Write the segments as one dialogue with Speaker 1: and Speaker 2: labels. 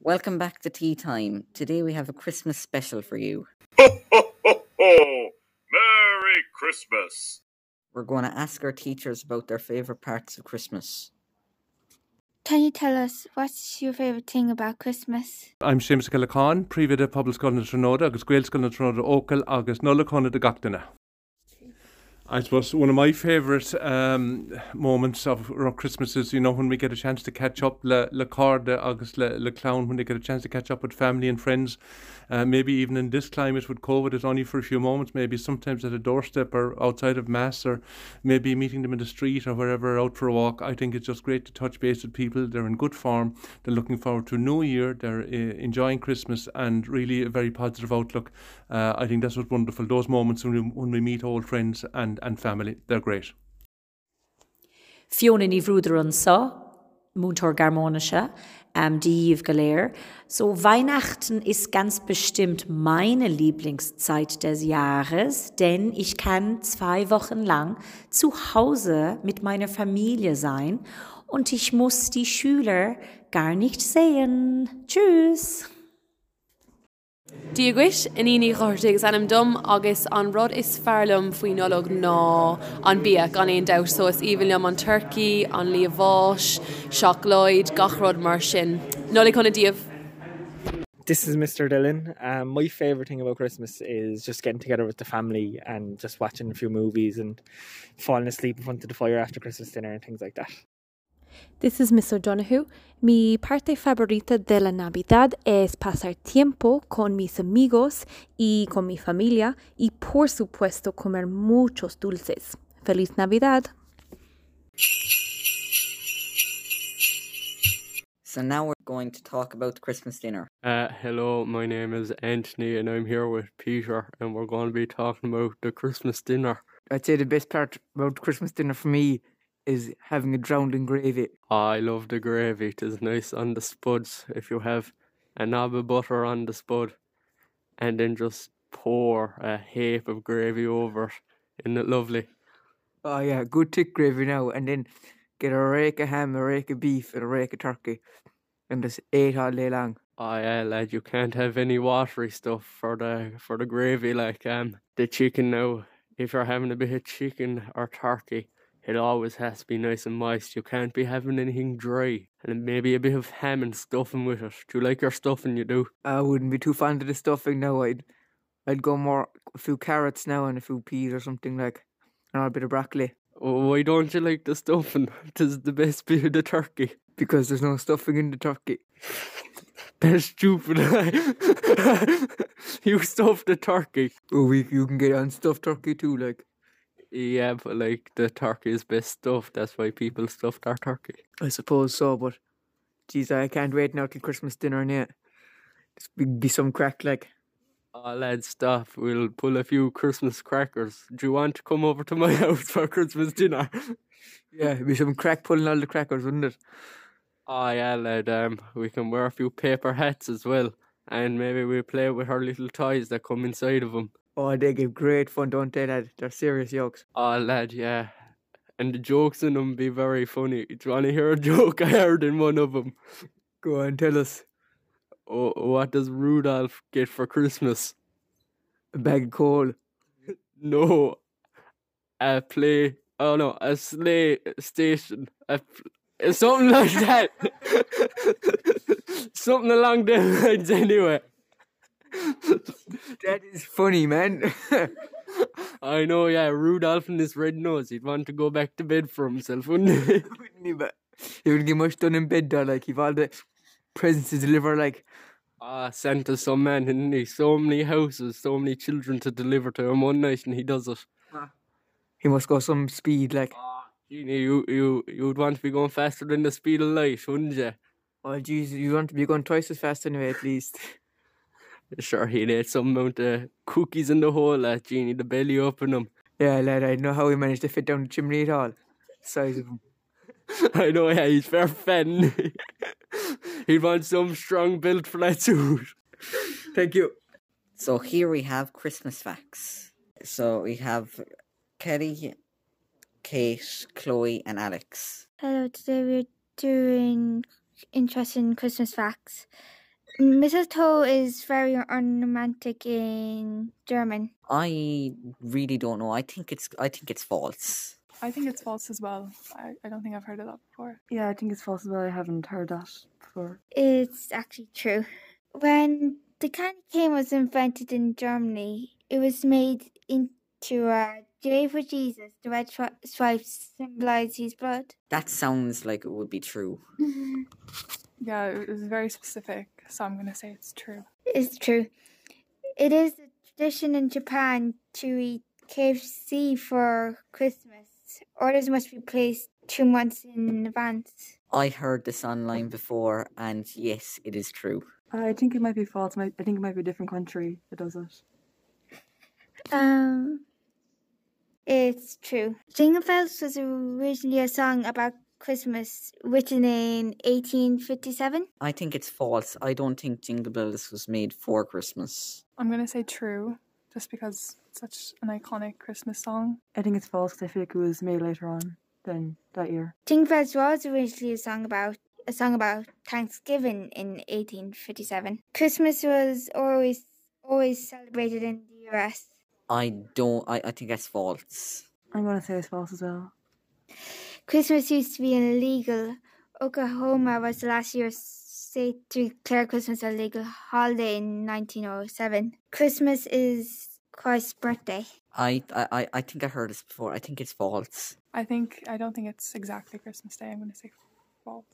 Speaker 1: Welcome back to Tea Time. Today we have a Christmas special for you.
Speaker 2: Ho, ho, ho, ho! Merry Christmas!
Speaker 1: We're going to ask our teachers about their favourite parts of Christmas.
Speaker 3: Can you tell us what's your favourite thing about Christmas?
Speaker 4: I'm Seamus Khan, príomh de pobl scoil na Trónóide agus Gael scoil na Trónóide Ócail agus nula conna de gachtainna. I suppose one of my favourite um, moments of around Christmas is, you know, when we get a chance to catch up, le, le corda agus le, le clown, when they get a chance to catch up with family and friends, uh, maybe even in this climate with COVID, it's only for a few moments, maybe sometimes at a doorstep or outside of Mass or maybe meeting them in the street or wherever out for a walk. I think it's just great to touch base with people. They're in good form. They're looking forward to a new year. They're uh, enjoying Christmas and really a very positive outlook. Uh, I think that's what's wonderful. Those moments when we, when we meet old friends and, and family, they're great.
Speaker 5: Fiona ní vrúdar an sa, múntar garmónaise, um, díomh go léir. So Weihnachten ist ganz bestimmt meine Lieblingszeit des Jahres, denn ich kann zwei Wochen lang zu Hause mit meiner Familie sein und ich muss die Schüler gar nicht sehen. Tschüss!
Speaker 6: Díhuiis in iní chuirtegus anm dom agus an rud is fearlumm faoi nolog ná an bíach an éon dah so is ihlumm an Turcií, an líomháis, seachlóid, gachród mar sin. Nola chuna díobh
Speaker 7: This is Mr. Dillon. Um, my favorite thing about Christmas is just getting together with the family and just watching a few movies and falling asleep in front of the fire after Christmas dinner and things like that.
Speaker 8: This is Miss O'Donoghue. Mi parte favorita de la Navidad es pasar tiempo con mis amigos y con mi familia y por supuesto comer muchos dulces. Feliz Navidad.
Speaker 1: So now we're going to talk about Christmas dinner.
Speaker 9: Uh, hello, my name is Anthony, and I'm here with Peter, and we're going to be talking about the Christmas dinner.
Speaker 10: I'd say the best part about Christmas dinner for me is having it drowned in gravy.
Speaker 9: I love the gravy; it is nice on the spuds. If you have a knob of butter on the spud, and then just pour a heap of gravy over it, isn't it lovely?
Speaker 10: Oh yeah, good thick gravy now, and then get a rake of ham, a rake of beef, and a rake of turkey, and just eat all day long.
Speaker 9: Oh yeah, lad, you can't have any watery stuff for the for the gravy like um the chicken now. If you're having a bit of chicken or turkey, it always has to be nice and moist. You can't be having anything dry. And maybe a bit of ham and stuffing with it. Do you like your stuffing you do?
Speaker 10: I wouldn't be too fond of the stuffing now. I'd I'd go more a few carrots now and a few peas or something like, and a bit of broccoli
Speaker 9: Oh, why don't you like the stuffing? It is the best bit of the turkey.
Speaker 10: because there's no stuffing in the turkey.
Speaker 9: That's stupid. you stuff the turkey.
Speaker 10: Oh, we, you can get unstuffed turkey too, like.
Speaker 9: Yeah, but like the turkey is best stuffed. That's why people stuff their turkey.
Speaker 10: I suppose so, but geez, I can't wait now till Christmas dinner and it. This be, be some crack like.
Speaker 9: Oh, lads, stop. We'll pull a few Christmas crackers. Do you want to come over to my house for Christmas dinner?
Speaker 10: Yeah, it'd be some crack pulling all the crackers, wouldn't it?
Speaker 9: Oh, yeah, lad. Um, we can wear a few paper hats as well. And maybe we'll play with our little toys that come inside of them.
Speaker 10: Oh, they give great fun, don't they, lad? They're serious yokes.
Speaker 9: Oh, lad, yeah. And the jokes in them be very funny. Do you want to hear a joke I heard in one of them?
Speaker 10: Go on, tell us.
Speaker 9: Oh, what does Rudolph get for Christmas?
Speaker 10: A bag of coal.
Speaker 9: No, uh, a play. Oh no, a sleigh station. A pl- something like that. something along them lines, anyway.
Speaker 10: That is funny, man.
Speaker 9: I know, yeah. Rudolph and his red nose. He'd want to go back to bed for himself, wouldn't he?
Speaker 10: Wouldn't he, but he would get much done in bed, though. Like, if all the presents to deliver, like,
Speaker 9: Ah, Santa's some man, isn't he? So many houses, so many children to deliver to him one night, and he does it.
Speaker 10: he must go some speed, like.
Speaker 9: Ah, Genie, you you you'd want to be going faster than the speed of light, wouldn't you?
Speaker 10: Oh, jeez, you want to be going twice as fast anyway, at least.
Speaker 9: Sure, he'd ate some amount of cookies in the hole, uh, Genie, the belly up in him.
Speaker 10: Yeah, lad, I know how he managed to fit down the chimney at all. Size of him.
Speaker 9: I know, yeah, he's fair fend. he'd want some strong built for that suit.
Speaker 10: Thank you.
Speaker 1: So here we have Christmas facts. So we have Kelly, Kate, Chloe, and Alex.
Speaker 3: Hello, today we're doing interesting Christmas facts. Mistletoe is very unromantic in German.
Speaker 1: I really don't know. I think it's I think it's false.
Speaker 11: I think it's false as well. I, I don't think I've heard of that before.
Speaker 12: Yeah, I think it's false as well. I haven't heard that before.
Speaker 3: It's actually true. When the candy cane was invented in Germany, it was made into a J for Jesus. The red tri- stripes symbolize his blood.
Speaker 1: That sounds like it would be true.
Speaker 11: Yeah, it was very specific, so I'm going to say it's true.
Speaker 3: It's true. It is a tradition in Japan to eat KFC for Christmas. Orders must be placed two months in advance.
Speaker 1: I heard this online before, and yes, it is true.
Speaker 12: I think it might be false. I think it might be a different country that does it.
Speaker 3: Um, it's true. Jingle Bells was originally a song about Christmas, written in 1857.
Speaker 1: I think it's false. I don't think Jingle Bells was made for Christmas.
Speaker 11: I'm going to say true, just because it's such an iconic Christmas song.
Speaker 12: I think it's false 'cause I feel like it was made later on than that year.
Speaker 3: Jingle Bells was originally a song about a song about Thanksgiving in 1857. Christmas was always always celebrated in the U.S.
Speaker 1: I don't. I, I think that's false.
Speaker 12: I'm going to say it's false as well.
Speaker 3: Christmas used to be illegal. Oklahoma was the last year's state to declare Christmas a legal holiday in 1907. Christmas is Christ's birthday.
Speaker 1: I I I- I think I heard this before. I think it's false.
Speaker 11: I think, I don't think it's exactly Christmas Day. I'm going to say false.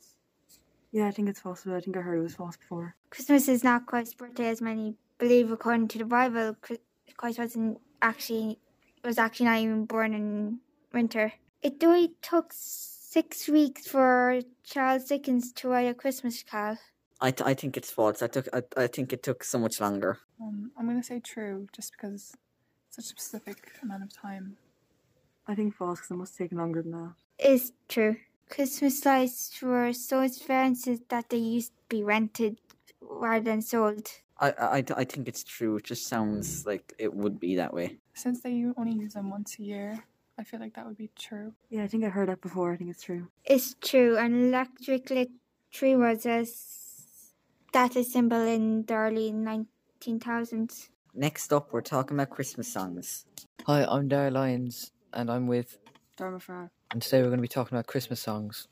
Speaker 12: Yeah, I think it's false as well. I think I heard it was false before.
Speaker 3: Christmas is not Christ's birthday, as many believe, according to the Bible. Chri- Christ wasn't actually was actually not even born in winter. It only took six weeks for Charles Dickens to write a Christmas Carol.
Speaker 1: I, th- I think it's false. I took. I, I think it took so much longer.
Speaker 11: Um, I'm going to say true, just because it's such a specific amount of time.
Speaker 12: I think false because it must have taken longer than that.
Speaker 3: It's true. Christmas lights were so expensive that they used to be rented rather than sold.
Speaker 1: I I I th- I think it's true. It just sounds like it would be that way.
Speaker 11: Since they only use them once a year, I feel like that would be true.
Speaker 12: Yeah, I think I heard that before. I think it's true.
Speaker 3: It's true. An electric lit tree was a status symbol in the early 1900s.
Speaker 1: Next up, we're talking about Christmas songs.
Speaker 13: Hi, I'm Dara Lyons, and I'm with,
Speaker 12: Dharma Farrar.
Speaker 13: and today we're going to be talking about Christmas songs.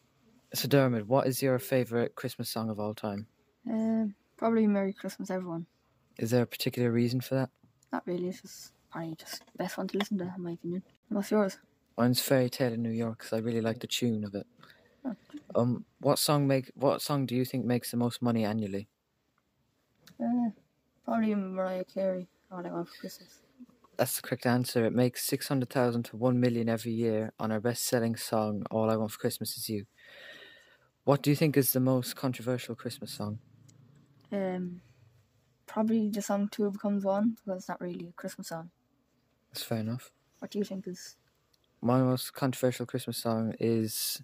Speaker 13: So, Dermot, what is your favourite Christmas song of all time?
Speaker 12: Um, probably Merry Christmas, everyone.
Speaker 13: Is there a particular reason for that?
Speaker 12: Not really. It's just probably just the best one to listen to, in my opinion. And what's yours?
Speaker 13: Mine's Fairy Tale in New York because I really like the tune of it.
Speaker 12: Oh.
Speaker 13: Um, what song make? What song do you think makes the most money annually?
Speaker 12: Uh, probably Mariah Carey. All I want for Christmas.
Speaker 13: That's the correct answer. It makes six hundred thousand to one million every year on our best-selling song "All I Want for Christmas Is You." What do you think is the most controversial Christmas song?
Speaker 12: Um, probably the song Two Becomes One because it's not really a Christmas song.
Speaker 13: That's fair enough.
Speaker 12: What do you think is
Speaker 13: my most controversial Christmas song is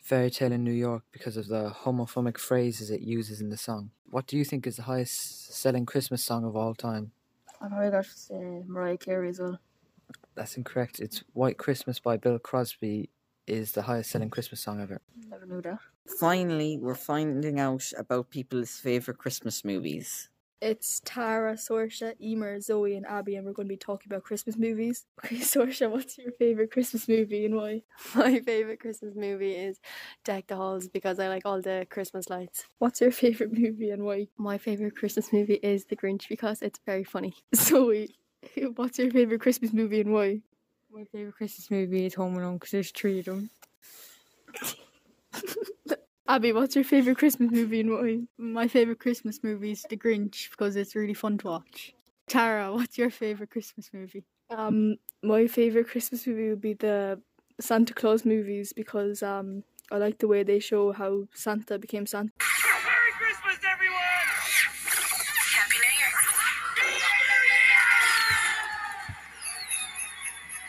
Speaker 13: Fairy Tale in New York because of the homophobic phrases it uses in the song. What do you think is the highest selling Christmas song of all time?
Speaker 12: I probably got uh, Mariah Carey as well.
Speaker 13: That's incorrect. It's White Christmas by Bill Crosby is the highest selling
Speaker 12: Mm.
Speaker 13: Christmas song ever.
Speaker 12: Never knew that.
Speaker 1: Finally, we're finding out about people's favorite Christmas movies.
Speaker 14: It's Tara, Sorsha, Emer, Zoe, and Abby, and we're going to be talking about Christmas movies. Okay, Sorsha, what's your favourite Christmas movie and why?
Speaker 15: My favourite Christmas movie is Deck the Halls because I like all the Christmas lights.
Speaker 14: What's your favourite movie and why?
Speaker 15: My favourite Christmas movie is The Grinch because it's very funny.
Speaker 14: Zoe, what's your favourite Christmas movie and why?
Speaker 16: My favorite Christmas movie is Home Alone because there's three of them.
Speaker 14: Abby, what's your favourite Christmas movie and why?
Speaker 17: My favourite Christmas movie is The Grinch because it's really fun to watch. Tara, what's your favourite Christmas movie?
Speaker 14: Um, my favorite Christmas movie would be the Santa Claus movies because um, I like the way they show how Santa became Santa.